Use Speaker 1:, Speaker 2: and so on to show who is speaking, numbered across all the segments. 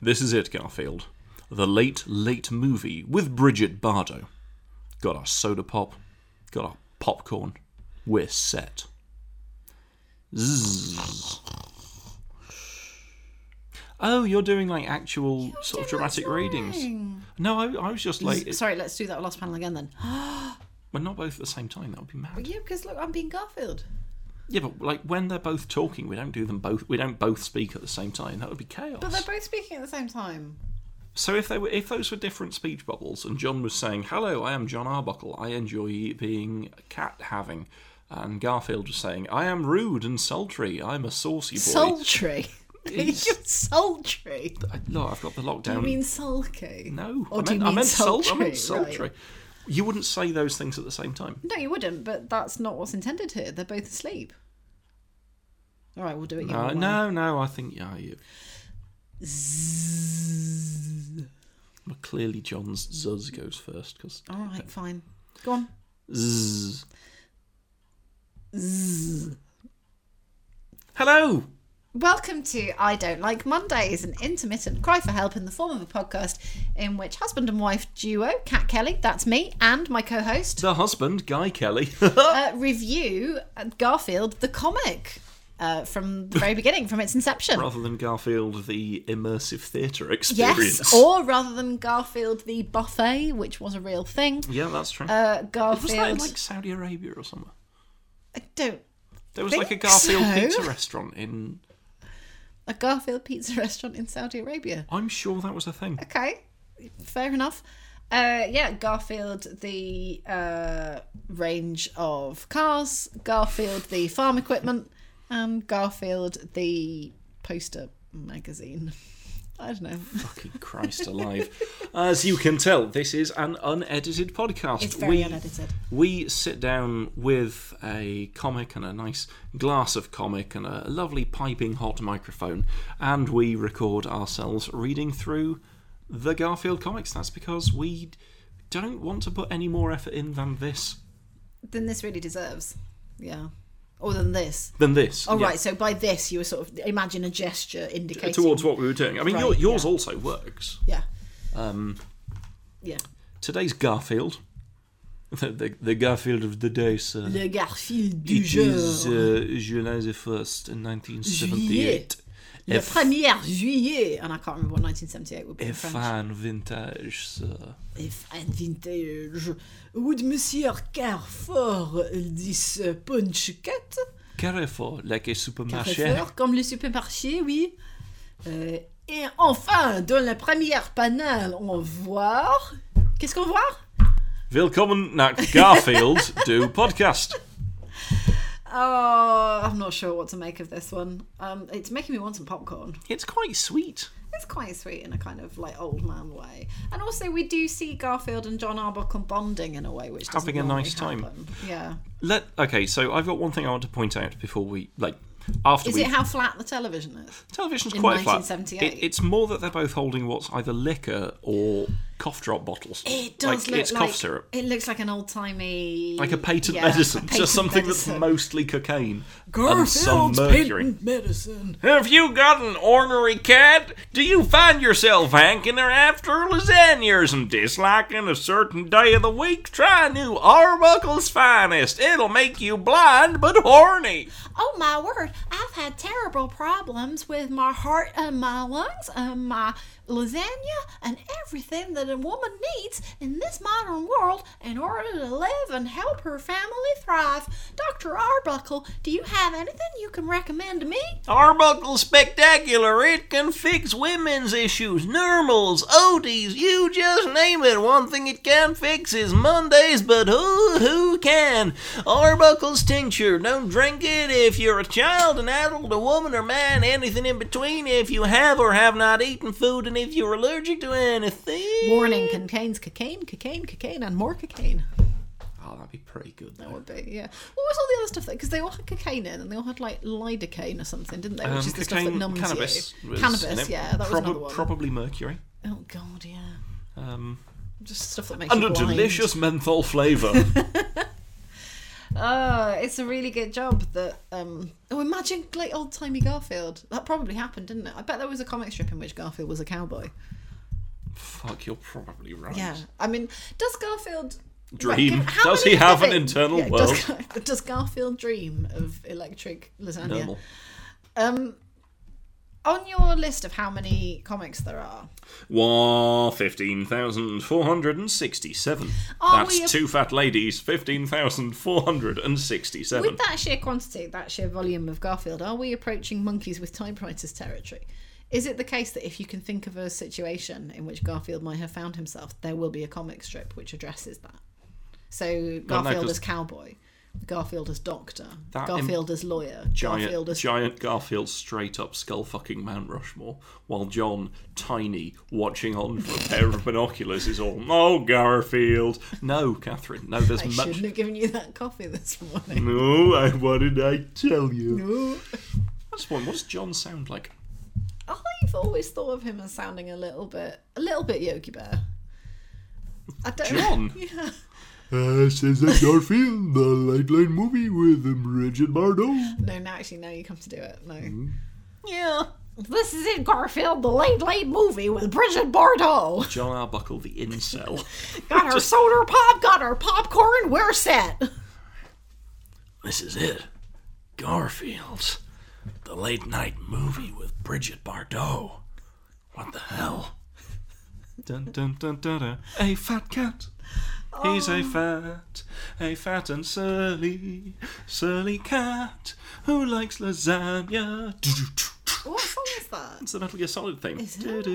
Speaker 1: This is it, Garfield. The late, late movie with Bridget Bardo. Got our soda pop, got our popcorn. We're set. Zzz. Oh, you're doing like actual sort of dramatic readings. No, I, I was just like, it-
Speaker 2: Sorry, let's do that last panel again then.
Speaker 1: but not both at the same time. That would be mad.
Speaker 2: yeah, because look, I'm being Garfield.
Speaker 1: Yeah, but like when they're both talking, we don't do them both. We don't both speak at the same time. That would be chaos.
Speaker 2: But they're both speaking at the same time.
Speaker 1: So if they were, if those were different speech bubbles, and John was saying, "Hello, I am John Arbuckle. I enjoy being cat having," and Garfield was saying, "I am rude and sultry. I'm a saucy boy."
Speaker 2: Sultry.
Speaker 1: He's-
Speaker 2: You're sultry.
Speaker 1: I, look, I've got the lockdown.
Speaker 2: Do you mean sulky?
Speaker 1: Um, no, I
Speaker 2: Or
Speaker 1: meant,
Speaker 2: do you
Speaker 1: I
Speaker 2: mean
Speaker 1: meant sul- I
Speaker 2: sultry?
Speaker 1: meant sultry.
Speaker 2: Right.
Speaker 1: You wouldn't say those things at the same time.
Speaker 2: No, you wouldn't, but that's not what's intended here. They're both asleep. All right, we'll do it. your
Speaker 1: Uh,
Speaker 2: way.
Speaker 1: no, no, I think yeah, you. Well, clearly, John's zuz goes first because
Speaker 2: All right, fine. Go on.
Speaker 1: Zzz. Hello.
Speaker 2: Welcome to I Don't Like Mondays, an intermittent cry for help in the form of a podcast in which husband and wife duo, Kat Kelly, that's me, and my co host,
Speaker 1: The husband, Guy Kelly.
Speaker 2: uh, review uh, Garfield the comic uh, from the very beginning, from its inception.
Speaker 1: Rather than Garfield, the immersive theatre experience.
Speaker 2: Yes, or rather than Garfield the buffet, which was a real thing,
Speaker 1: yeah, that's true. was that
Speaker 2: uh,
Speaker 1: in
Speaker 2: Garfield.
Speaker 1: like Saudi Arabia or somewhere?
Speaker 2: I don't.
Speaker 1: There was like a
Speaker 2: think
Speaker 1: Garfield
Speaker 2: so.
Speaker 1: pizza restaurant in.
Speaker 2: A Garfield pizza restaurant in Saudi Arabia.
Speaker 1: I'm sure that was a thing.
Speaker 2: Okay, fair enough. Uh, yeah, Garfield the uh, range of cars, Garfield the farm equipment, and Garfield the poster magazine. I don't know.
Speaker 1: Fucking Christ alive. As you can tell, this is an unedited podcast.
Speaker 2: It's very unedited.
Speaker 1: We sit down with a comic and a nice glass of comic and a lovely piping hot microphone, and we record ourselves reading through the Garfield comics. That's because we don't want to put any more effort in than this.
Speaker 2: Then this really deserves, yeah. Or than this.
Speaker 1: Than this.
Speaker 2: Oh
Speaker 1: yeah.
Speaker 2: right. So by this, you were sort of imagine a gesture indicating
Speaker 1: Towards what we were doing. I mean,
Speaker 2: Right,
Speaker 1: your, yours
Speaker 2: yeah.
Speaker 1: also works.
Speaker 2: Yeah. Um. Yeah.
Speaker 1: Today's Garfield. The, the, the Garfield of the day, sir.
Speaker 2: Le Garfield du
Speaker 1: It is
Speaker 2: jour.
Speaker 1: uh, July the 1st, 1978.
Speaker 2: Le
Speaker 1: F-
Speaker 2: 1er juillet, and I can't remember what 1978 would be in
Speaker 1: A
Speaker 2: French.
Speaker 1: fine vintage, sir.
Speaker 2: If and vintage, would Monsieur Carrefour this uh, punch cut?
Speaker 1: Carrefour, like a supermarché.
Speaker 2: Carrefour, comme le supermarché, oui. Euh, et enfin, dans la première panel, on voit. Qu'est-ce qu'on voit
Speaker 1: Willkommen nach Garfield, do podcast.
Speaker 2: Oh, I'm not sure what to make of this one. Um, it's making me want some popcorn.
Speaker 1: It's quite sweet.
Speaker 2: It's quite sweet in a kind of like old man way. And also, we do see Garfield and John Arbuckle bonding in a way which doesn't
Speaker 1: Having a
Speaker 2: normally
Speaker 1: nice time.
Speaker 2: happen. Yeah.
Speaker 1: Let okay, so I've got one thing I want to point out before we like after
Speaker 2: Is
Speaker 1: we
Speaker 2: it how flat the television is?
Speaker 1: television's
Speaker 2: in
Speaker 1: quite flat.
Speaker 2: 1978?
Speaker 1: It, it's more that they're both holding what's either liquor or cough drop bottles.
Speaker 2: It
Speaker 1: like,
Speaker 2: does look
Speaker 1: it's
Speaker 2: like
Speaker 1: cough syrup.
Speaker 2: It looks like an old timey,
Speaker 1: Like a patent
Speaker 2: yeah,
Speaker 1: medicine, so
Speaker 2: a patent
Speaker 1: something
Speaker 2: medicine.
Speaker 1: that's mostly cocaine and some
Speaker 2: Garfield's
Speaker 1: mercury.
Speaker 2: patent medicine.
Speaker 1: Have you got an ornery cat? Do you find yourself hanking after lasagnas and disliking a certain day of the week? Try new Arbuckle's Finest. It'll make you blind but horny.
Speaker 2: Oh my word! I've had terrible problems with my heart and my lungs and my lasagna and everything that a woman needs in this modern world in order to live and help her family thrive. Doctor Arbuckle, do you have anything you can recommend to me?
Speaker 1: Arbuckle Spectacular. It can fix women's issues, normals, ODs, you just name it. One thing it can fix is Mondays, but who who can? Arbuckle's tincture. Don't drink it if you're a child, an adult, a woman, or man, anything in between. If you have or have not eaten food, and if you're allergic to anything.
Speaker 2: Warning: contains cocaine, cocaine, cocaine, and more cocaine.
Speaker 1: Oh, that'd be pretty good.
Speaker 2: That would be, yeah. What was all the other stuff? Because they all had cocaine in, and they all had like lidocaine or something, didn't they? Which is the stuff that numbs
Speaker 1: Um, cannabis.
Speaker 2: you. Cannabis, yeah, that was another one.
Speaker 1: Probably mercury. Um,
Speaker 2: oh god, yeah. Just stuff that makes
Speaker 1: And
Speaker 2: you
Speaker 1: a
Speaker 2: blind.
Speaker 1: delicious menthol flavour.
Speaker 2: Oh, it's a really good job that. Um, oh, imagine like old timey Garfield. That probably happened, didn't it? I bet there was a comic strip in which Garfield was a cowboy.
Speaker 1: Fuck, you're probably right.
Speaker 2: Yeah, I mean, does Garfield
Speaker 1: Dream.
Speaker 2: Right, how
Speaker 1: Does
Speaker 2: many
Speaker 1: he have an
Speaker 2: living-
Speaker 1: internal
Speaker 2: Yeah,
Speaker 1: world?
Speaker 2: Does, Gar- does Garfield dream of electric lasagna?
Speaker 1: Normal.
Speaker 2: Um, on your list of how many comics there are,
Speaker 1: Wah, 15,467.
Speaker 2: Are we a-
Speaker 1: That's two fat ladies, 15,467.
Speaker 2: with that sheer quantity, that sheer volume of Garfield, are we approaching monkeys with typewriters territory? Is it the case that if you can think of a situation in which Garfield might have found himself, there will be a comic strip which addresses that? So Garfield
Speaker 1: 'cause-
Speaker 2: as cowboy, Garfield as doctor,
Speaker 1: That
Speaker 2: Garfield as lawyer, Garfield
Speaker 1: Giant,
Speaker 2: as
Speaker 1: giant Garfield straight up skull fucking Mount Rushmore, while John, tiny, watching on from a pair of binoculars, is all, oh, Garfield. No, Catherine, no, there's
Speaker 2: I
Speaker 1: much.
Speaker 2: shouldn't have given you that coffee this morning.
Speaker 1: No, I, what did I tell you?
Speaker 2: No.
Speaker 1: That's one. What does John sound like?
Speaker 2: I've always thought of him as sounding a little bit, a little bit Yogi Bear. I don't
Speaker 1: John.
Speaker 2: Yeah.
Speaker 3: Uh, says that Garfield, the Lightline movie with um, Richard Bardot.
Speaker 2: No, no, actually, now you come to do it. No.
Speaker 1: Mm-hmm. Yeah.
Speaker 2: This is it, Garfield, the late, late movie with Bridget Bardot.
Speaker 1: John Arbuckle, the incel.
Speaker 2: Got our soda pop, got our popcorn, we're set.
Speaker 1: This is it. Garfield. The late night movie with Bridget Bardot. What the hell? Dun, dun, dun, dun, dun. Oh. A fat cat. He's a fat, a fat and surly, surly cat who likes lasagna.
Speaker 2: What song is that?
Speaker 1: It's the Metal Gear Solid thing.
Speaker 2: Is it?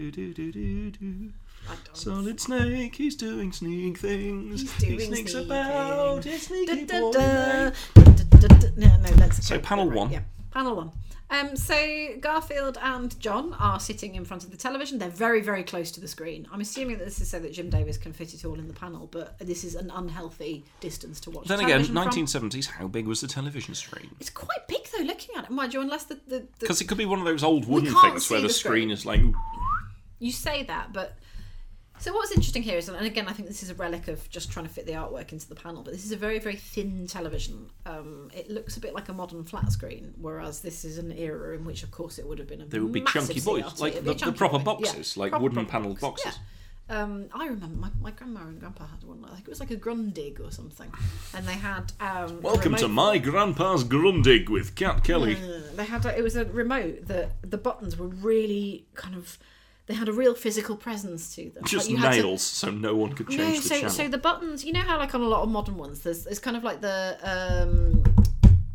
Speaker 1: Do-do-do-do-do-do-do-do.
Speaker 2: I don't
Speaker 1: Solid Snake, he's doing sneak things.
Speaker 2: He's
Speaker 1: he
Speaker 2: doing
Speaker 1: sneaks
Speaker 2: sneaky
Speaker 1: about. His sneaky boy.
Speaker 2: Da-da-da, da-da-da-da. No, no, let's
Speaker 1: So
Speaker 2: go.
Speaker 1: panel
Speaker 2: Right,
Speaker 1: one.
Speaker 2: Yeah, panel one. Um, so Garfield and John are sitting in front of the television. They're very, very close to the screen. I'm assuming that this is so that Jim Davis can fit it all in the panel, but this is an unhealthy distance to watch.
Speaker 1: Then again,
Speaker 2: television from.
Speaker 1: 1970s, how big was the television screen?
Speaker 2: It's quite big though, looking at it, mind you. Unless the, the, the
Speaker 1: Because it could be one of those old wooden
Speaker 2: can't
Speaker 1: things
Speaker 2: see
Speaker 1: where the
Speaker 2: the
Speaker 1: screen,
Speaker 2: screen.
Speaker 1: is like.
Speaker 2: you say that, but so what's interesting here is, and again, I think this is a relic of just trying to fit the artwork into the panel. But this is a very, very thin television. Um, it looks a bit like a modern flat screen, whereas this is an era in which, of course, it would have been a
Speaker 1: There would be
Speaker 2: massive
Speaker 1: chunky boys,
Speaker 2: CRT.
Speaker 1: like the-
Speaker 2: It'd be a
Speaker 1: the
Speaker 2: chunky
Speaker 1: proper
Speaker 2: boy.
Speaker 1: boxes, like wooden panelled boxes.
Speaker 2: Yeah. Um, I remember my, my grandma and grandpa had one. I think it was like a Grundig or something, and they had um, a
Speaker 1: Welcome to
Speaker 2: remote-
Speaker 1: my grandpa's Grundig with Cat Kelly.
Speaker 2: they had a, it was a remote that the buttons were really kind of they had a real physical presence to them.
Speaker 1: Just
Speaker 2: Like, you had to-
Speaker 1: nails, so no one could change
Speaker 2: no,
Speaker 1: the
Speaker 2: so
Speaker 1: channel.
Speaker 2: so the buttons, you know how like on a lot of modern ones, there's it's kind of like the um,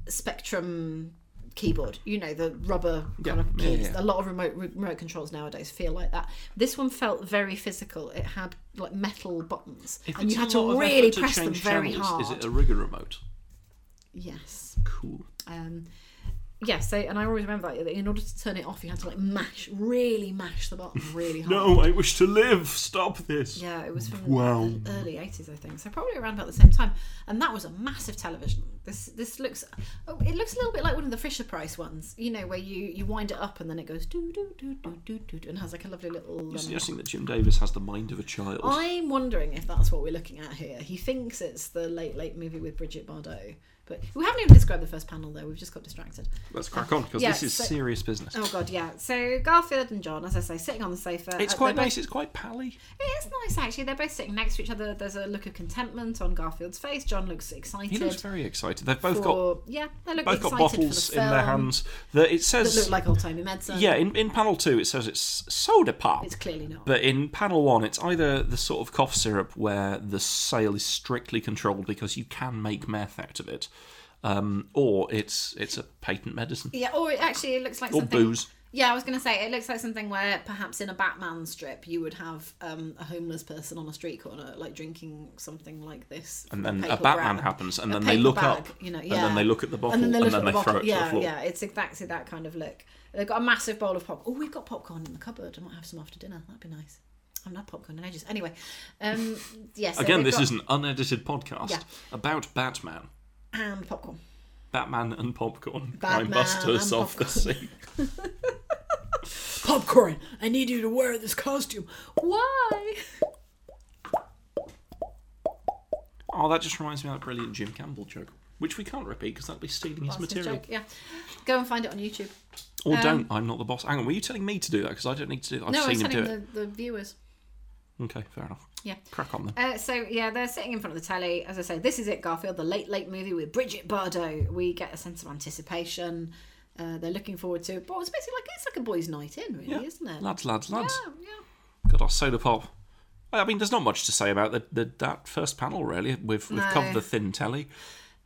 Speaker 2: Spectrum keyboard, you know, the rubber kind
Speaker 1: Yeah,
Speaker 2: of
Speaker 1: yeah,
Speaker 2: keys.
Speaker 1: yeah.
Speaker 2: A lot of remote re- remote controls nowadays feel like that. This one felt very physical. It had like metal buttons,
Speaker 1: If
Speaker 2: and
Speaker 1: it's
Speaker 2: you had
Speaker 1: a lot
Speaker 2: to
Speaker 1: of
Speaker 2: really
Speaker 1: effort to
Speaker 2: press them
Speaker 1: change
Speaker 2: very
Speaker 1: channels,
Speaker 2: hard.
Speaker 1: Is it a rigger remote?
Speaker 2: yes.
Speaker 1: Cool.
Speaker 2: Um, yeah, so and I always remember that in order to turn it off, you had to like mash, really mash the button really hard.
Speaker 1: No, I wish to live. Stop this.
Speaker 2: Yeah, it was from
Speaker 3: Wow.
Speaker 2: the early eighties, I think. So probably around about the same time, and that was a massive television. This this looks, oh, it looks a little bit like one of the Fisher Price ones, you know, where you you wind it up and then it goes do do do do do do do, and has like a lovely little.
Speaker 1: You're
Speaker 2: um,
Speaker 1: suggesting that Jim Davis has the mind of a child.
Speaker 2: I'm wondering if that's what we're looking at here. He thinks it's the late late movie with Bridget Bardot, but we haven't even described the first panel though. We've just got distracted.
Speaker 1: Let's crack on, because
Speaker 2: Yeah,
Speaker 1: this is
Speaker 2: so-
Speaker 1: serious business.
Speaker 2: Oh god, yeah. So Garfield and John, as I say, sitting on the sofa.
Speaker 1: it's
Speaker 2: Uh,
Speaker 1: quite
Speaker 2: they're
Speaker 1: nice, it's quite pally.
Speaker 2: Both, it is nice actually. They're both sitting next to each other. There's a look of contentment on Garfield's face. John looks excited.
Speaker 1: He looks very excited. They've both
Speaker 2: for,
Speaker 1: got
Speaker 2: yeah, they look
Speaker 1: both
Speaker 2: excited
Speaker 1: got
Speaker 2: for
Speaker 1: bottles
Speaker 2: the
Speaker 1: in their
Speaker 2: film
Speaker 1: hands. That it
Speaker 2: That
Speaker 1: says
Speaker 2: look like old timey medicine.
Speaker 1: Yeah, in, in panel two it says it's soda pop.
Speaker 2: it's clearly not.
Speaker 1: But in panel one, it's either the sort of cough syrup where the sale is strictly controlled because you can make meth out of it, um, or it's it's a patent medicine
Speaker 2: yeah, or it actually it looks like
Speaker 1: or
Speaker 2: something.
Speaker 1: booze.
Speaker 2: Yeah, I was going to say it looks like something where perhaps in a Batman strip you would have um, a homeless person on a street corner like drinking something like this,
Speaker 1: And then a
Speaker 2: paper
Speaker 1: Batman
Speaker 2: bag.
Speaker 1: happens, and
Speaker 2: A
Speaker 1: then they
Speaker 2: paper
Speaker 1: look
Speaker 2: bag,
Speaker 1: up,
Speaker 2: you know,
Speaker 1: and
Speaker 2: yeah.
Speaker 1: then they look at the bottle,
Speaker 2: and then they look at the
Speaker 1: throw
Speaker 2: bottle.
Speaker 1: it
Speaker 2: yeah,
Speaker 1: to the floor.
Speaker 2: yeah, it's exactly that kind of look. They've got a massive bowl of pop. Oh, we've got popcorn in the cupboard. I might have some after dinner. That'd be nice. I haven't had popcorn in ages. Anyway, um, yes.
Speaker 1: Again, this is an unedited podcast
Speaker 2: Yeah.
Speaker 1: about Batman,
Speaker 2: and popcorn.
Speaker 1: Batman and popcorn,
Speaker 2: Batman
Speaker 1: busters
Speaker 2: and
Speaker 1: off the sea.
Speaker 2: Popcorn. I need you to wear this costume. Why?
Speaker 1: Oh, that just reminds me of that brilliant Jim Campbell joke, which we can't repeat because that'd be stealing his
Speaker 2: That's his
Speaker 1: material.
Speaker 2: joke, Yeah. Go and find it on YouTube.
Speaker 1: Or
Speaker 2: Um,
Speaker 1: don't. I'm not the boss. Hang on. Were you telling me to do that? Because I don't need to do that. I've
Speaker 2: no, I was
Speaker 1: seen him do
Speaker 2: telling
Speaker 1: it.
Speaker 2: the, the viewers.
Speaker 1: Okay, fair enough.
Speaker 2: Yeah.
Speaker 1: Crack on then.
Speaker 2: Uh, so yeah, they're sitting in front of the telly. As I say, this is it, Garfield, the late late movie with Bridget Bardot. We get a sense of anticipation. Uh, they're looking forward to it. But it's basically like it's like a boys' night in, really, isn't it?
Speaker 1: Lads, lads, lads.
Speaker 2: Yeah, yeah.
Speaker 1: Got our soda pop. I mean, there's not much to say about the, the, that first panel, really. We've, we've
Speaker 2: No.
Speaker 1: covered the thin telly.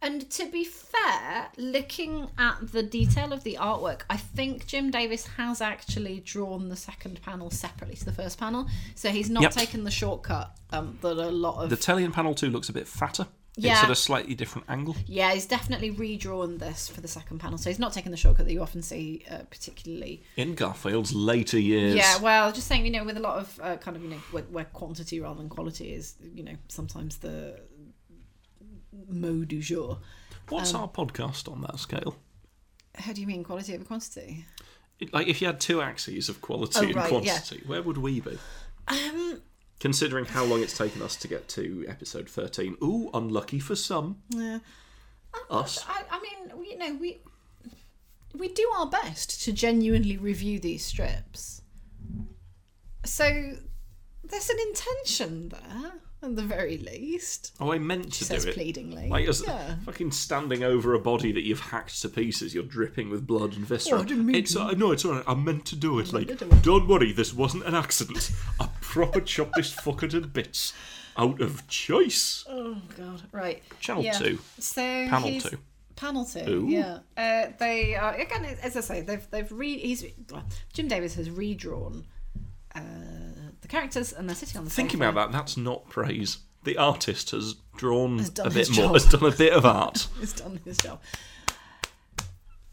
Speaker 2: And to be fair, looking at the detail of the artwork, I think Jim Davis has actually drawn the second panel separately to the first panel. So he's not
Speaker 1: Yep.
Speaker 2: taken the shortcut um, that a lot of.
Speaker 1: The telly in panel two looks a bit fatter.
Speaker 2: Yeah.
Speaker 1: It's at a slightly different angle.
Speaker 2: yeah, he's definitely redrawn this for the second panel. So he's not taken the shortcut that you often see, uh, particularly.
Speaker 1: In Garfield's later years.
Speaker 2: Yeah, well, just saying, you know, with a lot of uh, kind of, you know, where, where quantity rather than quality is, you know, sometimes the mot du jour.
Speaker 1: What's
Speaker 2: um,
Speaker 1: our podcast on that scale?
Speaker 2: How do you mean quality over quantity?
Speaker 1: It- Like, if you had two axes of quality
Speaker 2: Oh,
Speaker 1: and
Speaker 2: right, yeah.
Speaker 1: quantity, where would we be?
Speaker 2: Um,
Speaker 1: Considering how long it's taken us to get to episode 13. Ooh, unlucky for some.
Speaker 2: yeah.
Speaker 1: Us.
Speaker 2: I, I mean, you know, we we do our best to genuinely review these strips. So there's an intention there, at the very least.
Speaker 1: Oh, I meant to
Speaker 2: Says
Speaker 1: do it.
Speaker 2: pleadingly.
Speaker 1: Like as
Speaker 2: yeah.
Speaker 1: fucking standing over a body that you've hacked to pieces, you're dripping with blood and viscera.
Speaker 2: Oh, I didn't mean
Speaker 1: it's uh, no, it's alright. I meant to do it. Like,
Speaker 2: to do it.
Speaker 1: don't worry, this wasn't an accident. I proper chopped this fucker to bits out of choice.
Speaker 2: Oh God. Right.
Speaker 1: Channel
Speaker 2: Yeah.
Speaker 1: two.
Speaker 2: So
Speaker 1: Panel
Speaker 2: he's-
Speaker 1: two.
Speaker 2: Panel two.
Speaker 1: Ooh.
Speaker 2: Yeah. Uh, they are again, as I say, they've they've re he's well, Jim Davis has redrawn uh, the characters and they're sitting on the
Speaker 1: Thinking
Speaker 2: sofa.
Speaker 1: about that, that's not praise. The artist has drawn
Speaker 2: done
Speaker 1: a bit
Speaker 2: his
Speaker 1: more.
Speaker 2: job.
Speaker 1: Has done a bit of art.
Speaker 2: has done his job.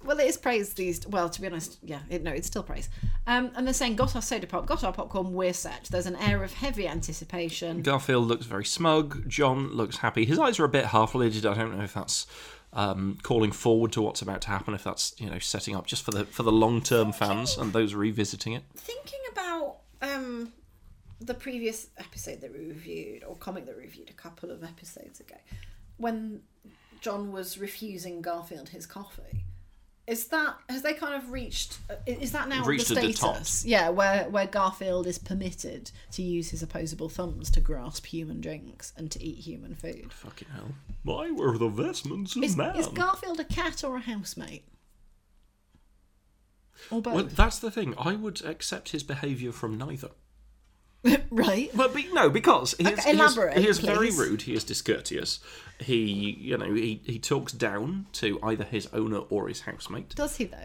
Speaker 2: Well, it is praise these. Well, to be honest, yeah, it, no, it's still praise. Um, and they're saying, "Got our soda pop, got our popcorn. We're set." There's an air of heavy anticipation.
Speaker 1: Garfield looks very smug. John looks happy. His eyes are a bit half-lidded. I don't know if that's um, calling forward to what's about to happen. If that's you know setting up just for the for the long-term fans and those revisiting it.
Speaker 2: Thinking about um, the previous episode that we reviewed, or comic that we reviewed a couple of episodes ago, when John was refusing Garfield his coffee. Is that has they kind of reached? uh, Is that now
Speaker 1: Reached
Speaker 2: the
Speaker 1: at the
Speaker 2: status?
Speaker 1: top.
Speaker 2: Yeah, where where Garfield is permitted to use his opposable thumbs to grasp human drinks and to eat human food.
Speaker 1: Fucking hell.
Speaker 3: My were the vestments
Speaker 1: Oh,
Speaker 3: of
Speaker 2: Is,
Speaker 3: man.
Speaker 2: is Garfield a cat or a housemate? Or both?
Speaker 1: Well, that's the thing. I would accept his behaviour from neither.
Speaker 2: right.
Speaker 1: But be, no, because he is,
Speaker 2: Okay,
Speaker 1: he is-
Speaker 2: elaborate,
Speaker 1: he is very
Speaker 2: please.
Speaker 1: rude. He is discourteous. He, you know, he, he talks down to either his owner or his housemate.
Speaker 2: Does he though?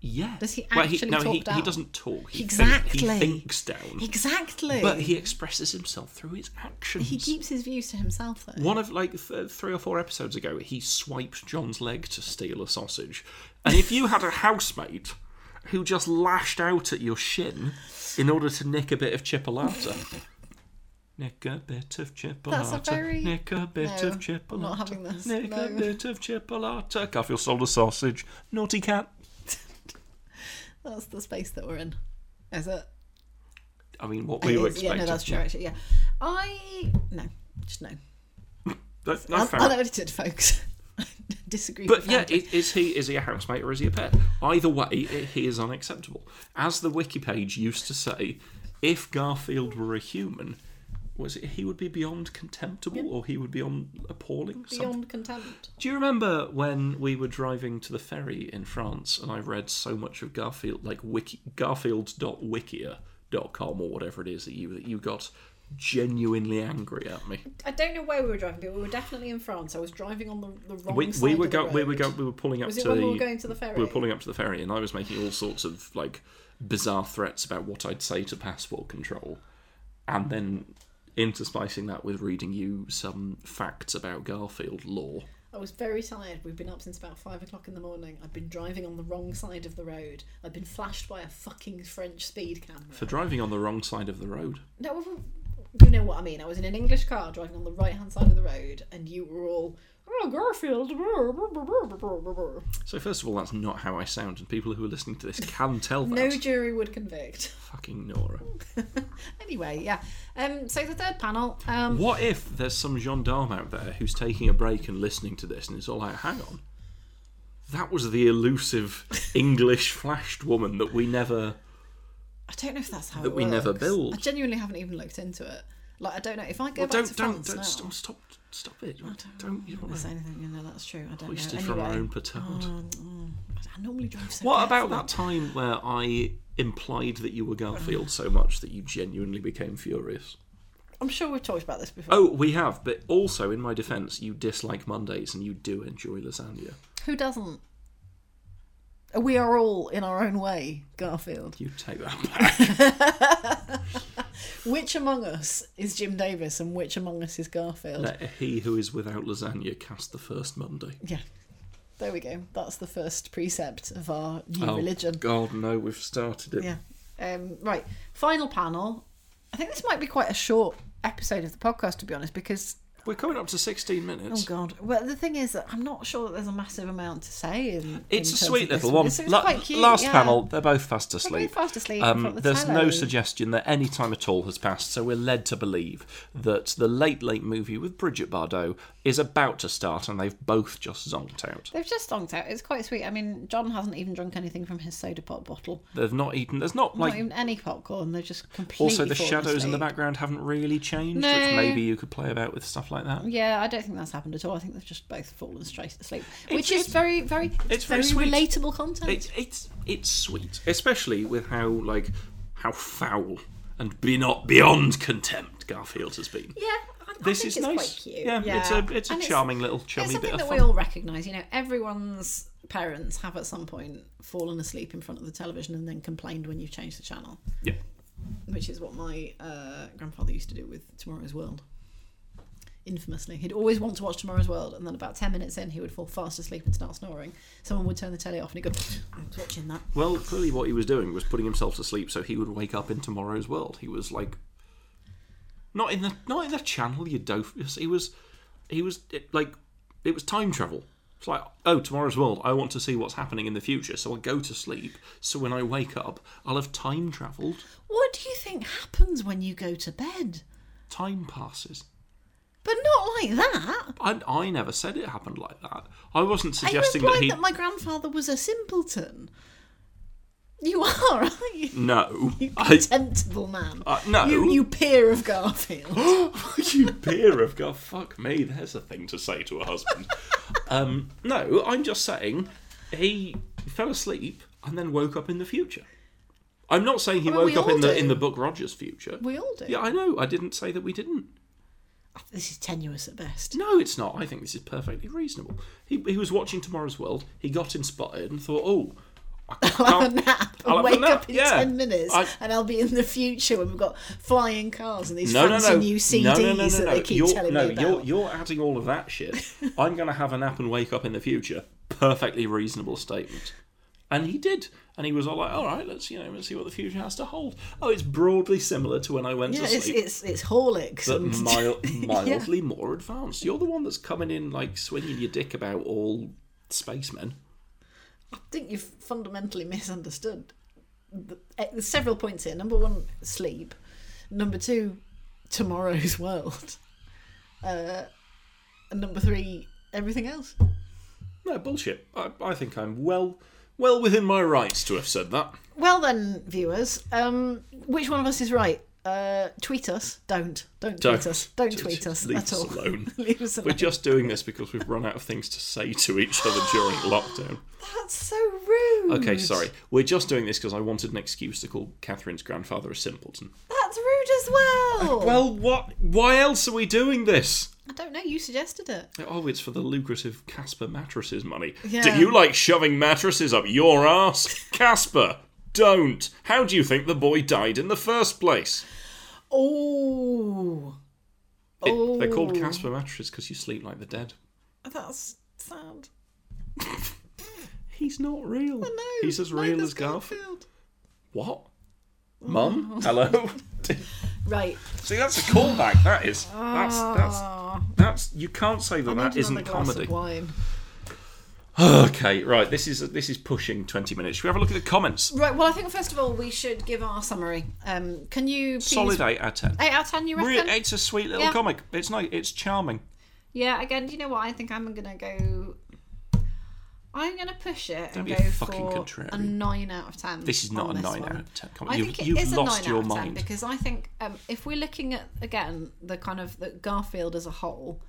Speaker 1: Yeah.
Speaker 2: Does he
Speaker 1: Well,
Speaker 2: actually
Speaker 1: no,
Speaker 2: talk
Speaker 1: he, he
Speaker 2: down?
Speaker 1: doesn't talk. He Think,
Speaker 2: Exactly.
Speaker 1: he thinks down.
Speaker 2: Exactly.
Speaker 1: But he expresses himself through his actions.
Speaker 2: he keeps his views to himself though.
Speaker 1: One of like th- three or four episodes ago, he swiped John's leg to steal a sausage. And if you had a housemate who just lashed out at your shin in order to nick a bit of chipolata. Nick a bit of chipolata.
Speaker 2: That's a very-
Speaker 1: Nick a bit
Speaker 2: No,
Speaker 1: of
Speaker 2: I'm
Speaker 1: chipolata.
Speaker 2: not having this.
Speaker 1: Nick a
Speaker 2: No.
Speaker 1: bit of chipolata. Garfield sold a sausage. Naughty cat.
Speaker 2: That's the space that we're in. Is it?
Speaker 1: I mean, what we were
Speaker 2: It is. yeah,
Speaker 1: expecting.
Speaker 2: no, that's true. Actually, yeah. I no, just no.
Speaker 1: That- no,
Speaker 2: Un-
Speaker 1: fair enough.
Speaker 2: Unedited, folks. I disagree.
Speaker 1: But
Speaker 2: with
Speaker 1: yeah,
Speaker 2: that.
Speaker 1: is, is he is he a housemate or is he a pet? Either way, i he is unacceptable. As the wiki page used to say, if Garfield were a human, was it he would be beyond contemptible or he would be on appalling? Something.
Speaker 2: beyond contempt.
Speaker 1: Do you remember when we were driving to the ferry in France and I read so much of Garfield, like wiki, garfield.wikia.com or whatever it is that you that you got genuinely angry at me?
Speaker 2: I don't know where we were driving, but we were definitely in France. I was driving on the, the wrong
Speaker 1: we,
Speaker 2: side
Speaker 1: we were
Speaker 2: of the
Speaker 1: go, we were
Speaker 2: road.
Speaker 1: go, we were pulling up
Speaker 2: Was it
Speaker 1: to
Speaker 2: when
Speaker 1: the,
Speaker 2: we were going to the ferry?
Speaker 1: we were pulling up to the ferry and I was making all sorts of like bizarre threats about what I'd say to passport control and then interspicing that with reading you some facts about Garfield law
Speaker 2: I was very tired. We've been up since about five o'clock in the morning. I've been driving on the wrong side of the road. I've been flashed by a fucking French speed camera.
Speaker 1: for driving on the wrong side of the road.
Speaker 2: No, well, you know what I mean. I was in an English car driving on the right hand side of the road, and you were all, oh, Garfield. brr, brr, brr, brr, brr, brr, brr."
Speaker 1: So first of all, that's not how I sound, and people who are listening to this can tell that.
Speaker 2: No jury would convict.
Speaker 1: Fucking Nora.
Speaker 2: anyway, yeah. Um, so the third panel. Um,
Speaker 1: What if there's some gendarme out there who's taking a break and listening to this, and it's all like, hang on, that was the elusive English flashed woman that we never.
Speaker 2: I don't know if that's how
Speaker 1: That
Speaker 2: it
Speaker 1: we never
Speaker 2: works.
Speaker 1: build.
Speaker 2: I genuinely haven't even looked into it. Like I don't know if I go
Speaker 1: Well,
Speaker 2: back to
Speaker 1: don't, don't,
Speaker 2: France
Speaker 1: don't,
Speaker 2: now.
Speaker 1: st- stop, stop it! Don't, you
Speaker 2: I'm
Speaker 1: don't
Speaker 2: not
Speaker 1: want
Speaker 2: gonna
Speaker 1: to
Speaker 2: say anything. You know that's true. I don't
Speaker 1: hoisted
Speaker 2: know.
Speaker 1: from our
Speaker 2: Anyway, Oh,
Speaker 1: own petard.
Speaker 2: I normally drive so.
Speaker 1: what about
Speaker 2: carefully.
Speaker 1: that time where I implied that you were Garfield so much that you genuinely became furious?
Speaker 2: I'm sure we've talked about this before.
Speaker 1: Oh, we have, but also in my defence, you dislike Mondays and you do enjoy lasagna.
Speaker 2: Who doesn't? We are all in our own way, Garfield.
Speaker 1: You take that back.
Speaker 2: Which among us is Jim Davis and which among us is Garfield?
Speaker 1: Let he who is without lasagna cast the first Monday.
Speaker 2: Yeah. There we go. That's the first precept of our new
Speaker 1: Oh,
Speaker 2: religion.
Speaker 1: God, no, we've started it.
Speaker 2: Yeah. Um, right. Final panel. I think this might be quite a short episode of the podcast, to be honest, because
Speaker 1: We're coming up to 16
Speaker 2: oh
Speaker 1: minutes.
Speaker 2: god. Well, the thing is, that I'm not sure that there's a massive amount to say. In,
Speaker 1: It's
Speaker 2: in
Speaker 1: a
Speaker 2: terms
Speaker 1: sweet
Speaker 2: of this
Speaker 1: little one.
Speaker 2: It's, it's
Speaker 1: La-
Speaker 2: quite cute,
Speaker 1: last
Speaker 2: yeah.
Speaker 1: panel, they're both fast asleep.
Speaker 2: They're both fast asleep in front
Speaker 1: Um,
Speaker 2: of the
Speaker 1: there's no
Speaker 2: telly.
Speaker 1: suggestion that any time at all has passed, so we're led to believe that the Late Late movie with Bridget Bardot is about to start and they've both just zonked out.
Speaker 2: They've just donked out. It's quite sweet. I mean, John hasn't even drunk anything from his soda pop bottle.
Speaker 1: They've not eaten, there's not like.
Speaker 2: Not even any popcorn. They're just completely.
Speaker 1: also, the
Speaker 2: fallen
Speaker 1: shadows in the
Speaker 2: asleep.
Speaker 1: background haven't really changed, which
Speaker 2: No.
Speaker 1: maybe you could play about with stuff like that.
Speaker 2: Yeah, I don't think that's happened at all. I think they've just both fallen straight asleep, which is very, very,
Speaker 1: it's
Speaker 2: it's
Speaker 1: very
Speaker 2: very,
Speaker 1: sweet.
Speaker 2: relatable content.
Speaker 1: It's it's it's sweet, especially with how like how foul and be not beyond contempt Garfield has been.
Speaker 2: yeah, I, I
Speaker 1: This
Speaker 2: think
Speaker 1: is
Speaker 2: it's
Speaker 1: nice.
Speaker 2: quite cute.
Speaker 1: Yeah, it's a it's a
Speaker 2: And
Speaker 1: charming little chummy
Speaker 2: it's
Speaker 1: bit
Speaker 2: something
Speaker 1: of
Speaker 2: that
Speaker 1: fun.
Speaker 2: we all recognise. You know, everyone's parents have at some point fallen asleep in front of the television and then complained when you've changed the channel,
Speaker 1: Yeah,
Speaker 2: which is what my uh, grandfather used to do with Tomorrow's World. Infamously, he'd always want to watch Tomorrow's World, and then about ten minutes in, he would fall fast asleep and start snoring. Someone would turn the telly off, and he'd go, "I'm watching that."
Speaker 1: Well, clearly what he was doing was putting himself to sleep so he would wake up in tomorrow's world. He was like, not in the not in the channel, you doofus. He was, he was it, like, it was time travel. It's like, oh, tomorrow's world. I want to see what's happening in the future, so I'll go to sleep. So when I wake up, I'll have time travelled.
Speaker 2: What do you think happens when you go to bed?
Speaker 1: Time passes.
Speaker 2: But not like that.
Speaker 1: I, I never said it happened like that. I wasn't
Speaker 2: Are you
Speaker 1: suggesting
Speaker 2: implying
Speaker 1: that
Speaker 2: that,
Speaker 1: he.
Speaker 2: my grandfather was a simpleton? You are, aren't you?
Speaker 1: No.
Speaker 2: You
Speaker 1: I,
Speaker 2: contemptible man.
Speaker 1: Uh, no.
Speaker 2: You, you peer of Garfield.
Speaker 1: you peer of God, fuck me, there's a thing to say to a husband. um, no, I'm just saying he fell asleep and then woke up in the future. I'm not saying he
Speaker 2: mean,
Speaker 1: woke
Speaker 2: we
Speaker 1: up in
Speaker 2: all
Speaker 1: the
Speaker 2: do.
Speaker 1: in the Buck Rogers future.
Speaker 2: we all do.
Speaker 1: yeah, I know. I didn't say that we didn't.
Speaker 2: This is tenuous at best.
Speaker 1: No, it's not. I think this is perfectly reasonable. He, he was watching Tomorrow's World. He got inspired and thought, oh, I can't.
Speaker 2: I'll have a nap.
Speaker 1: I'll have a
Speaker 2: wake
Speaker 1: nap,
Speaker 2: up in
Speaker 1: yeah.
Speaker 2: ten minutes,
Speaker 1: I-
Speaker 2: and I'll be in the future when we've got flying cars and these
Speaker 1: no, no,
Speaker 2: fancy
Speaker 1: no.
Speaker 2: new CDs
Speaker 1: no, no, no, no,
Speaker 2: that
Speaker 1: no.
Speaker 2: they keep
Speaker 1: you're,
Speaker 2: telling
Speaker 1: no,
Speaker 2: me about.
Speaker 1: you're, you're adding all of that shit. I'm going to have a nap and wake up in the future. Perfectly reasonable statement. And he did. And he was all like, all right, let's, you know, let's see what the future has to hold. Oh, it's broadly similar to when I went
Speaker 2: yeah,
Speaker 1: to
Speaker 2: it's,
Speaker 1: sleep.
Speaker 2: it's it's Horlicks.
Speaker 1: but
Speaker 2: and-
Speaker 1: mil- mildly more advanced. You're the one that's coming in like swinging your dick about all spacemen.
Speaker 2: I think you've fundamentally misunderstood. The- eh, There's several points here. Number one, sleep. Number two, tomorrow's world. Uh, and number three, everything else.
Speaker 1: No bullshit. I, I think I'm well, well within my rights to have said that.
Speaker 2: Well then, viewers, um, which one of us is right? Uh, tweet us. Don't. Don't tweet
Speaker 1: Don't.
Speaker 2: us. Don't
Speaker 1: Just
Speaker 2: tweet us
Speaker 1: leave us
Speaker 2: at all.
Speaker 1: alone.
Speaker 2: leave us alone.
Speaker 1: We're just doing this because we've run out of things to say to each other during lockdown.
Speaker 2: That's so rude.
Speaker 1: Okay, sorry. We're just doing this because I wanted an excuse to call Catherine's grandfather a simpleton.
Speaker 2: That's rude as well.
Speaker 1: Well, what? Why else are we doing this?
Speaker 2: I don't know. You suggested it.
Speaker 1: Oh, it's for the lucrative Casper mattresses money. Do
Speaker 2: Yeah.
Speaker 1: you like shoving mattresses up your ass, Casper? Don't. How do you think the boy died in the first place?
Speaker 2: Oh,
Speaker 1: It- they're called
Speaker 2: Oh.
Speaker 1: Casper mattresses because you sleep like the dead.
Speaker 2: that's sad.
Speaker 1: He's not real.
Speaker 2: No,
Speaker 1: He's as
Speaker 2: neither's
Speaker 1: real as Garfield. What? Mum? Hello?
Speaker 2: Right.
Speaker 1: See, that's a callback. That is. That's that's
Speaker 2: Ah,
Speaker 1: that's. You can't say that
Speaker 2: I
Speaker 1: that
Speaker 2: need another
Speaker 1: isn't
Speaker 2: glass
Speaker 1: comedy.
Speaker 2: Of wine.
Speaker 1: Okay, right. This is this is pushing twenty minutes. Should we have a look at the comments?
Speaker 2: Right. Well, I think first of all we should give our summary. Um, can you please
Speaker 1: Solid eh? eight out of ten.
Speaker 2: eight out of ten? You
Speaker 1: Re-
Speaker 2: reckon?
Speaker 1: It's a sweet little
Speaker 2: Yeah.
Speaker 1: comic. It's nice. It's charming.
Speaker 2: Yeah. Again, do you know what? I think I'm gonna go. I'm gonna push it and
Speaker 1: be a
Speaker 2: go
Speaker 1: fucking
Speaker 2: for
Speaker 1: contrarian.
Speaker 2: a nine out of ten.
Speaker 1: This is not
Speaker 2: on
Speaker 1: a nine
Speaker 2: one.
Speaker 1: out of ten comic.
Speaker 2: I
Speaker 1: You've,
Speaker 2: think it
Speaker 1: you've
Speaker 2: is a
Speaker 1: lost
Speaker 2: nine out
Speaker 1: your
Speaker 2: of ten
Speaker 1: mind.
Speaker 2: because I think um, if we're looking at again the kind of the Garfield as a whole,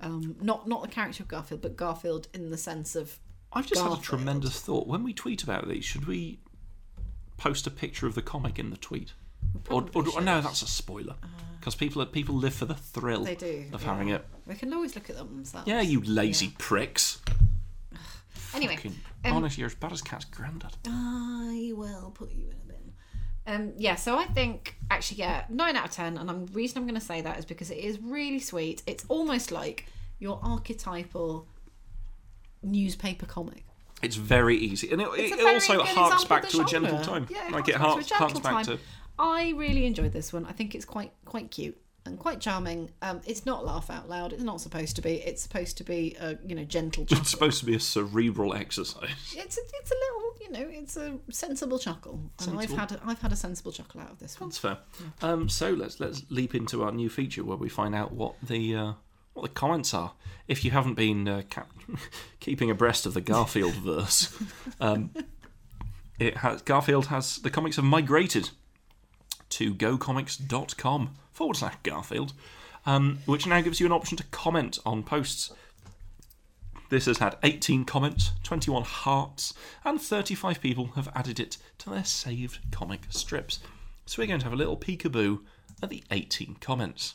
Speaker 2: um, not not the character of Garfield, but Garfield in the sense of
Speaker 1: I've just had a
Speaker 2: Garfield.
Speaker 1: tremendous thought. When we tweet about these, should we post a picture of the comic in the tweet? Or, or, or no, that's a spoiler because people are, people live for the thrill
Speaker 2: Uh-huh. They do,
Speaker 1: of
Speaker 2: yeah.
Speaker 1: having it.
Speaker 2: we can always look at them themselves.
Speaker 1: Yeah, you lazy pricks.
Speaker 2: Anyway,
Speaker 1: Fucking-
Speaker 2: um, Uh,
Speaker 1: honestly, you're as bad as cat's granddad.
Speaker 2: I will put you in a bin. Um, yeah, so I think actually, yeah, nine out of ten. And the reason I'm going to say that is because it is really sweet. It's almost like your archetypal newspaper comic.
Speaker 1: It's very easy, and it,
Speaker 2: It's
Speaker 1: it
Speaker 2: a very
Speaker 1: also
Speaker 2: good
Speaker 1: harks
Speaker 2: example of
Speaker 1: back
Speaker 2: the
Speaker 1: to a gentle
Speaker 2: genre.
Speaker 1: time.
Speaker 2: Yeah,
Speaker 1: like it harks,
Speaker 2: harks back to a
Speaker 1: harks
Speaker 2: gentle
Speaker 1: back
Speaker 2: time.
Speaker 1: to.
Speaker 2: I really enjoyed this one. I think it's quite quite cute and quite charming. Um, it's not laugh out loud. It's not supposed to be. It's supposed to be a you know gentle.
Speaker 1: It's
Speaker 2: chuckle.
Speaker 1: supposed to be a cerebral exercise.
Speaker 2: it's a, it's a little you know it's a sensible chuckle, and I've
Speaker 1: Sensible.
Speaker 2: had a, I've had a sensible chuckle out of this one.
Speaker 1: That's fair. Um, so let's let's leap into our new feature where we find out what the uh, what the comments are. If you haven't been uh, ca- keeping abreast of the Garfield verse, um, it has Garfield has the comics have migrated to gocomics.com forward slash Garfield, um, which now gives you an option to comment on posts. This has had 18 comments, 21 hearts, and 35 people have added it to their saved comic strips. So we're going to have a little peekaboo at the 18 comments.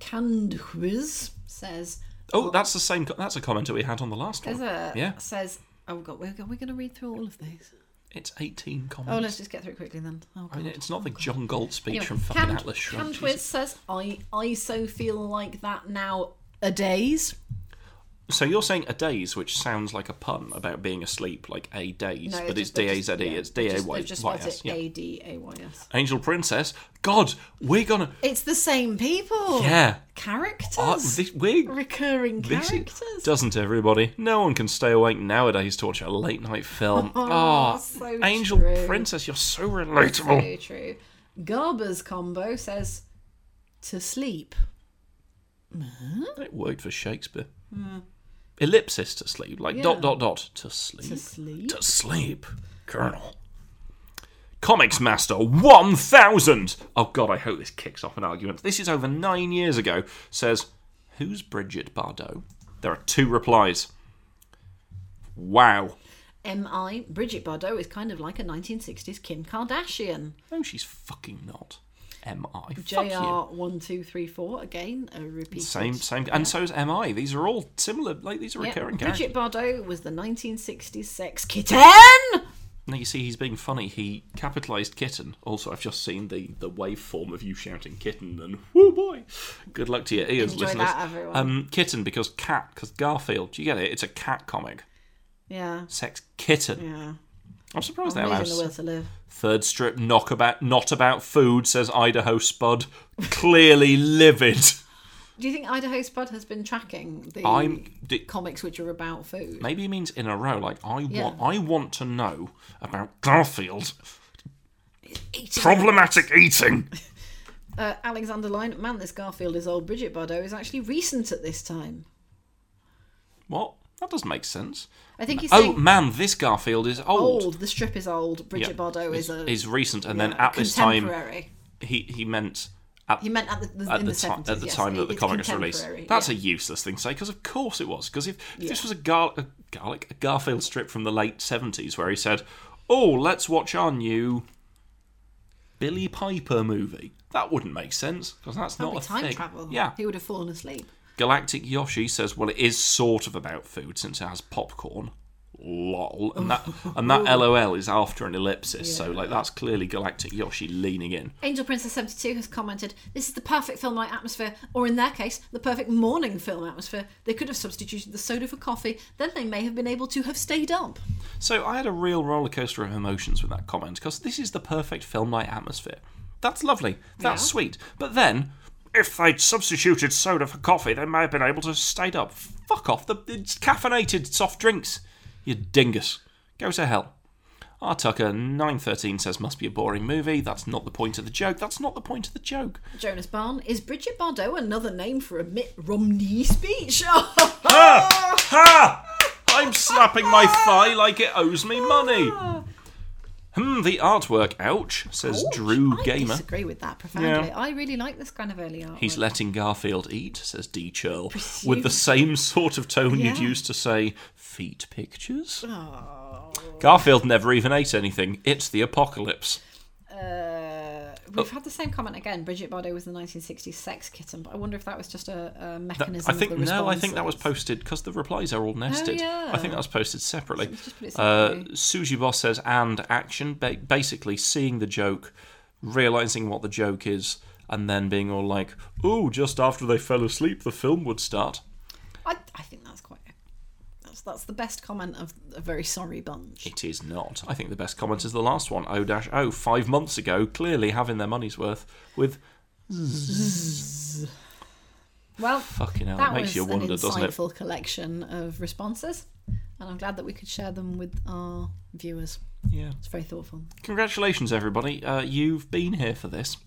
Speaker 2: Candwiz says,
Speaker 1: Oh, that's the same. co- That's a comment that we had on the last one.
Speaker 2: is it?
Speaker 1: Yeah, Oh,
Speaker 2: Says, oh god, we're, go- we're going to read through all of these.
Speaker 1: it's 18 comments.
Speaker 2: Oh, let's just get through it quickly then. Oh,
Speaker 1: I
Speaker 2: god.
Speaker 1: mean, it's not the John Gold speech
Speaker 2: Anyway,
Speaker 1: from fucking
Speaker 2: Cand-
Speaker 1: Atlas Shrugged.
Speaker 2: Candwiz says, I, I so feel like that now a days.
Speaker 1: So you're saying a days, which sounds like a pun about being asleep, like a days,
Speaker 2: they
Speaker 1: but it's
Speaker 2: just-
Speaker 1: D
Speaker 2: they
Speaker 1: A
Speaker 2: just-
Speaker 1: Z E.
Speaker 2: yeah,
Speaker 1: It's
Speaker 2: they
Speaker 1: D A
Speaker 2: just-
Speaker 1: Y
Speaker 2: They've just got
Speaker 1: S.
Speaker 2: it
Speaker 1: Yeah.
Speaker 2: A D A Y S.
Speaker 1: Angel Princess. God, we're gonna.
Speaker 2: It's the same people.
Speaker 1: Yeah.
Speaker 2: Characters.
Speaker 1: Uh, this, we're
Speaker 2: Recurring
Speaker 1: This is-
Speaker 2: characters.
Speaker 1: doesn't everybody? No one can stay awake nowadays to watch a late night film. Ah,
Speaker 2: Oh, so
Speaker 1: Angel
Speaker 2: true.
Speaker 1: Princess, you're so relatable.
Speaker 2: Very true. Garber's combo says, to sleep.
Speaker 1: It worked for Shakespeare. Ellipsis to sleep, like dot dot dot to sleep.
Speaker 2: Hmm. To sleep.
Speaker 1: Hmm. To sleep, Colonel. Comics Master 1000! Oh god, I hope this kicks off an argument. This is over nine years ago. Says, Who's Bridget Bardot? There are two replies. Wow.
Speaker 2: MI Bridget Bardot is kind of like a 1960s Kim Kardashian.
Speaker 1: No, she's fucking not. MI. Fuck you.
Speaker 2: JR1234 again a repeat.
Speaker 1: Same, same. And so is MI. These are all similar, like, these are
Speaker 2: Yeah,
Speaker 1: recurring characters.
Speaker 2: Bridget Bardot was the 1960s sex kitten.
Speaker 1: Now you see he's being funny. He capitalised kitten. Also, I've just seen the the waveform of you shouting kitten and whoo boy. Good luck to your ears,
Speaker 2: Enjoy
Speaker 1: listeners.
Speaker 2: that, everyone.
Speaker 1: Um, kitten because cat because Garfield. Do you get it? It's a cat comic.
Speaker 2: Yeah.
Speaker 1: Sex kitten.
Speaker 2: Yeah.
Speaker 1: I'm surprised they
Speaker 2: Amazing
Speaker 1: allowed.
Speaker 2: Mm. the will to live.
Speaker 1: Third strip knockabout not about food says Idaho Spud. Clearly livid.
Speaker 2: Do you think Idaho Spud has been tracking the
Speaker 1: I'm. d-
Speaker 2: comics which are about food?
Speaker 1: Maybe he means in a row. Like I
Speaker 2: Yeah.
Speaker 1: want. I want to know about Garfield.
Speaker 2: Eating.
Speaker 1: Problematic eating.
Speaker 2: Uh, Alexander Line, man, this Garfield is old. Bridget Bardot is actually recent at this time.
Speaker 1: What? That doesn't make sense.
Speaker 2: I think he's
Speaker 1: Oh
Speaker 2: saying
Speaker 1: man, this Garfield is old.
Speaker 2: old. The strip is old. Bridget Bardot is a
Speaker 1: is recent, and then
Speaker 2: yeah,
Speaker 1: at this time
Speaker 2: contemporary.
Speaker 1: he he meant at,
Speaker 2: He meant at the, the,
Speaker 1: at
Speaker 2: in
Speaker 1: the,
Speaker 2: the,
Speaker 1: ti-
Speaker 2: 70s,
Speaker 1: at the
Speaker 2: yes.
Speaker 1: time that the
Speaker 2: It's
Speaker 1: comic was released.
Speaker 2: contemporary,
Speaker 1: That's
Speaker 2: yeah.
Speaker 1: a useless thing to say because of course it was. Because if, if this
Speaker 2: Yeah.
Speaker 1: was a, Gar- a garlic a Garfield strip from the late seventies where he said, "Oh, let's watch our new Billy Piper movie," that wouldn't make sense because that's
Speaker 2: That'd
Speaker 1: not
Speaker 2: be
Speaker 1: a
Speaker 2: time
Speaker 1: thing.
Speaker 2: travel.
Speaker 1: Yeah,
Speaker 2: He would have fallen asleep.
Speaker 1: Galactic Yoshi says, "Well, it is sort of about food since it has popcorn." Lol, and that and that LOL is after an ellipsis, so like that's clearly Galactic Yoshi leaning in.
Speaker 2: Angel Princess 72 has commented, This is the perfect film night atmosphere, or in their case, the perfect morning film atmosphere. They could have substituted the soda for coffee, then they may have been able to have stayed up.
Speaker 1: So I had a real roller coaster of emotions with that comment because this is the perfect film night atmosphere. That's lovely. That's
Speaker 2: Yeah.
Speaker 1: sweet. But then, if they'd substituted soda for coffee, they may have been able to have stayed up. Fuck off. The, it's caffeinated soft drinks. You dingus. Go to hell. R. Tucker 913 says, must be a boring movie. That's not the point of the joke. That's not the point of the joke.
Speaker 2: Jonas Barn, is Bridget Bardot another name for a Mitt Romney speech? Oh,
Speaker 1: Ha! Ha! I'm slapping my thigh like it owes me money. Hmm, the artwork, ouch, says Drew
Speaker 2: I
Speaker 1: Gamer.
Speaker 2: disagree with that profoundly.
Speaker 1: Yeah.
Speaker 2: I really like this kind of early art.
Speaker 1: He's letting Garfield eat, says D. Churl, with
Speaker 2: Presume-
Speaker 1: the same sort of tone you'd
Speaker 2: Yeah.
Speaker 1: use to say, feet pictures? Garfield never even ate anything. It's the apocalypse.
Speaker 2: Uh, we've had the same comment again. Bridget Bardot was the 1960s sex kitten, but I wonder if that was just a, a
Speaker 1: That-
Speaker 2: mechanism.
Speaker 1: I
Speaker 2: of
Speaker 1: think,
Speaker 2: the
Speaker 1: no, I think that was
Speaker 2: responses. Oh,
Speaker 1: posted because the replies are all nested.
Speaker 2: yeah.
Speaker 1: I think that was posted separately.
Speaker 2: Let's just put it
Speaker 1: Uh,
Speaker 2: separately.
Speaker 1: Suji Boss says, and action, ba- basically seeing the joke, realizing what the joke is, and then being all like, oh, just after they fell asleep, the film would start.
Speaker 2: I, I think that's quite. That's, that's the best comment of a very sorry bunch.
Speaker 1: It is not. I think the best comment is the last one. O dash O. Five months ago, clearly having their money's worth with
Speaker 2: Well,
Speaker 1: fucking hell.
Speaker 2: that
Speaker 1: it makes
Speaker 2: was
Speaker 1: you wonder,
Speaker 2: an
Speaker 1: doesn't it?
Speaker 2: insightful collection of responses, and I'm glad that we could share them with our viewers.
Speaker 1: Yeah.
Speaker 2: It's very thoughtful.
Speaker 1: Congratulations, everybody. Uh, you've been here for this.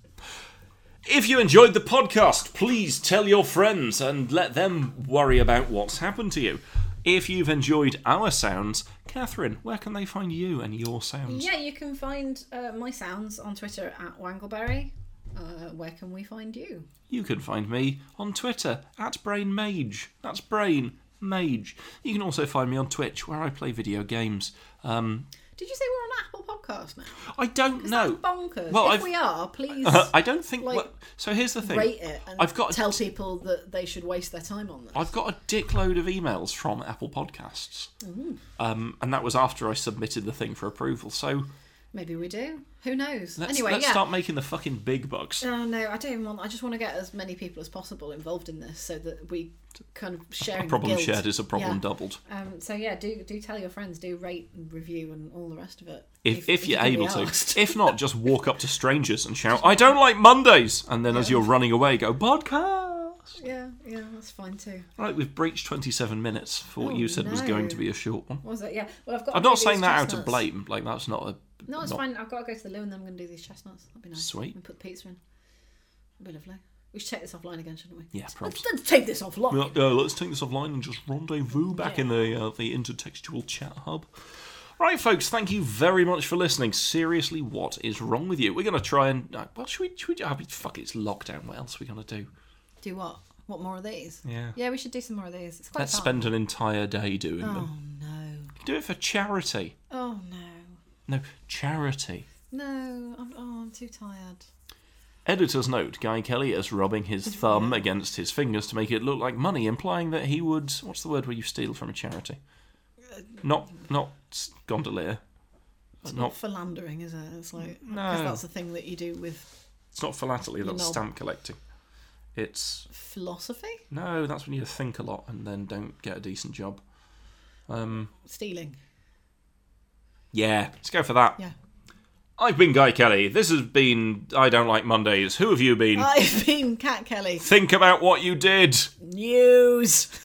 Speaker 1: If you enjoyed the podcast, please tell your friends and let them worry about what's happened to you. If you've enjoyed our sounds, Catherine, where can they find you and your sounds?
Speaker 2: Yeah, you can find uh, my sounds on Twitter at Wangleberry. Uh, where can we find you?
Speaker 1: You can find me on Twitter at Brain Mage. That's Brain Mage. You can also find me on Twitch where I play video games. Um,
Speaker 2: Did you say we're on Apple Podcast now?
Speaker 1: I don't know.
Speaker 2: Bonkers.
Speaker 1: Well,
Speaker 2: if
Speaker 1: I've-
Speaker 2: we are, please
Speaker 1: I don't think.
Speaker 2: Like,
Speaker 1: well, so here's the thing.
Speaker 2: rate it and
Speaker 1: I've got a-
Speaker 2: tell people that they should waste their time on this.
Speaker 1: I've got a dickload of emails from Apple Podcasts, um, and that was after I submitted the thing for approval. So
Speaker 2: Maybe we do. Who knows?
Speaker 1: let's,
Speaker 2: anyway,
Speaker 1: let's
Speaker 2: yeah.
Speaker 1: start making the fucking big bucks.
Speaker 2: Oh no, I don't even want. I just want to get as many people as possible involved in this, so that we kind of sharing.
Speaker 1: A problem
Speaker 2: guilt.
Speaker 1: shared is a problem
Speaker 2: Yeah.
Speaker 1: doubled.
Speaker 2: Um, so yeah, do do tell your friends, do rate and review and all the rest of it.
Speaker 1: If, if,
Speaker 2: you
Speaker 1: you're
Speaker 2: can be
Speaker 1: able
Speaker 2: asked.
Speaker 1: to, if not, just walk up to strangers and shout, "I don't like Mondays!" And then, as you're running away, go podcast.
Speaker 2: yeah, yeah, that's fine too.
Speaker 1: Right, we've breached 27 minutes for what
Speaker 2: Oh,
Speaker 1: you said was going
Speaker 2: no.
Speaker 1: to be a short one.
Speaker 2: What was it? Yeah. Well, I've got.
Speaker 1: I'm
Speaker 2: to
Speaker 1: not
Speaker 2: do
Speaker 1: saying
Speaker 2: these
Speaker 1: that out of
Speaker 2: chestnuts.
Speaker 1: blame. Like that's not a
Speaker 2: No, it's
Speaker 1: not-
Speaker 2: fine. I've got to go to the loo and then I'm going to do these chestnuts. That'd be nice.
Speaker 1: Sweet.
Speaker 2: And put the pizza in. That'd be lovely. We should take this offline again, shouldn't we?
Speaker 1: Yeah, probably.
Speaker 2: Let's, let's take this offline.
Speaker 1: Well, uh, let's take this offline and just rendezvous back in
Speaker 2: Yeah.
Speaker 1: the uh, the intertextual chat hub. Right, folks, thank you very much for listening. Seriously, what is wrong with you? We're going to try and. Uh, well, should we. Should we do, oh, fuck, it's lockdown. What else are we going to do?
Speaker 2: Do what? What more of these?
Speaker 1: Yeah.
Speaker 2: Yeah, we should do some more of these. It's quite
Speaker 1: Let's
Speaker 2: fun.
Speaker 1: spend an entire day doing
Speaker 2: Oh
Speaker 1: them.
Speaker 2: no.
Speaker 1: Do it for charity.
Speaker 2: Oh no.
Speaker 1: No, charity.
Speaker 2: No. I'm, oh, I'm too tired.
Speaker 1: Editor's note Guy Kelly is rubbing his thumb against his fingers to make it look like money, implying that he would. What's the word where you steal from a charity?
Speaker 2: Uh,
Speaker 1: Not. Not. Gondolier.
Speaker 2: It's
Speaker 1: Not
Speaker 2: not philandering, is it? It's like because
Speaker 1: No.
Speaker 2: that's the thing that you do with
Speaker 1: It's not philately, that's
Speaker 2: No.
Speaker 1: stamp collecting. It's
Speaker 2: philosophy,
Speaker 1: no, that's when you think a lot and then don't get a decent job.
Speaker 2: stealing.
Speaker 1: Yeah, let's go for that.
Speaker 2: Yeah.
Speaker 1: I've been Guy Kelly. This has been I Don't Like Mm.
Speaker 2: Uh,
Speaker 1: Mondays. Who have you been?
Speaker 2: I've been Cat Kelly.
Speaker 1: think about what you did.
Speaker 2: News.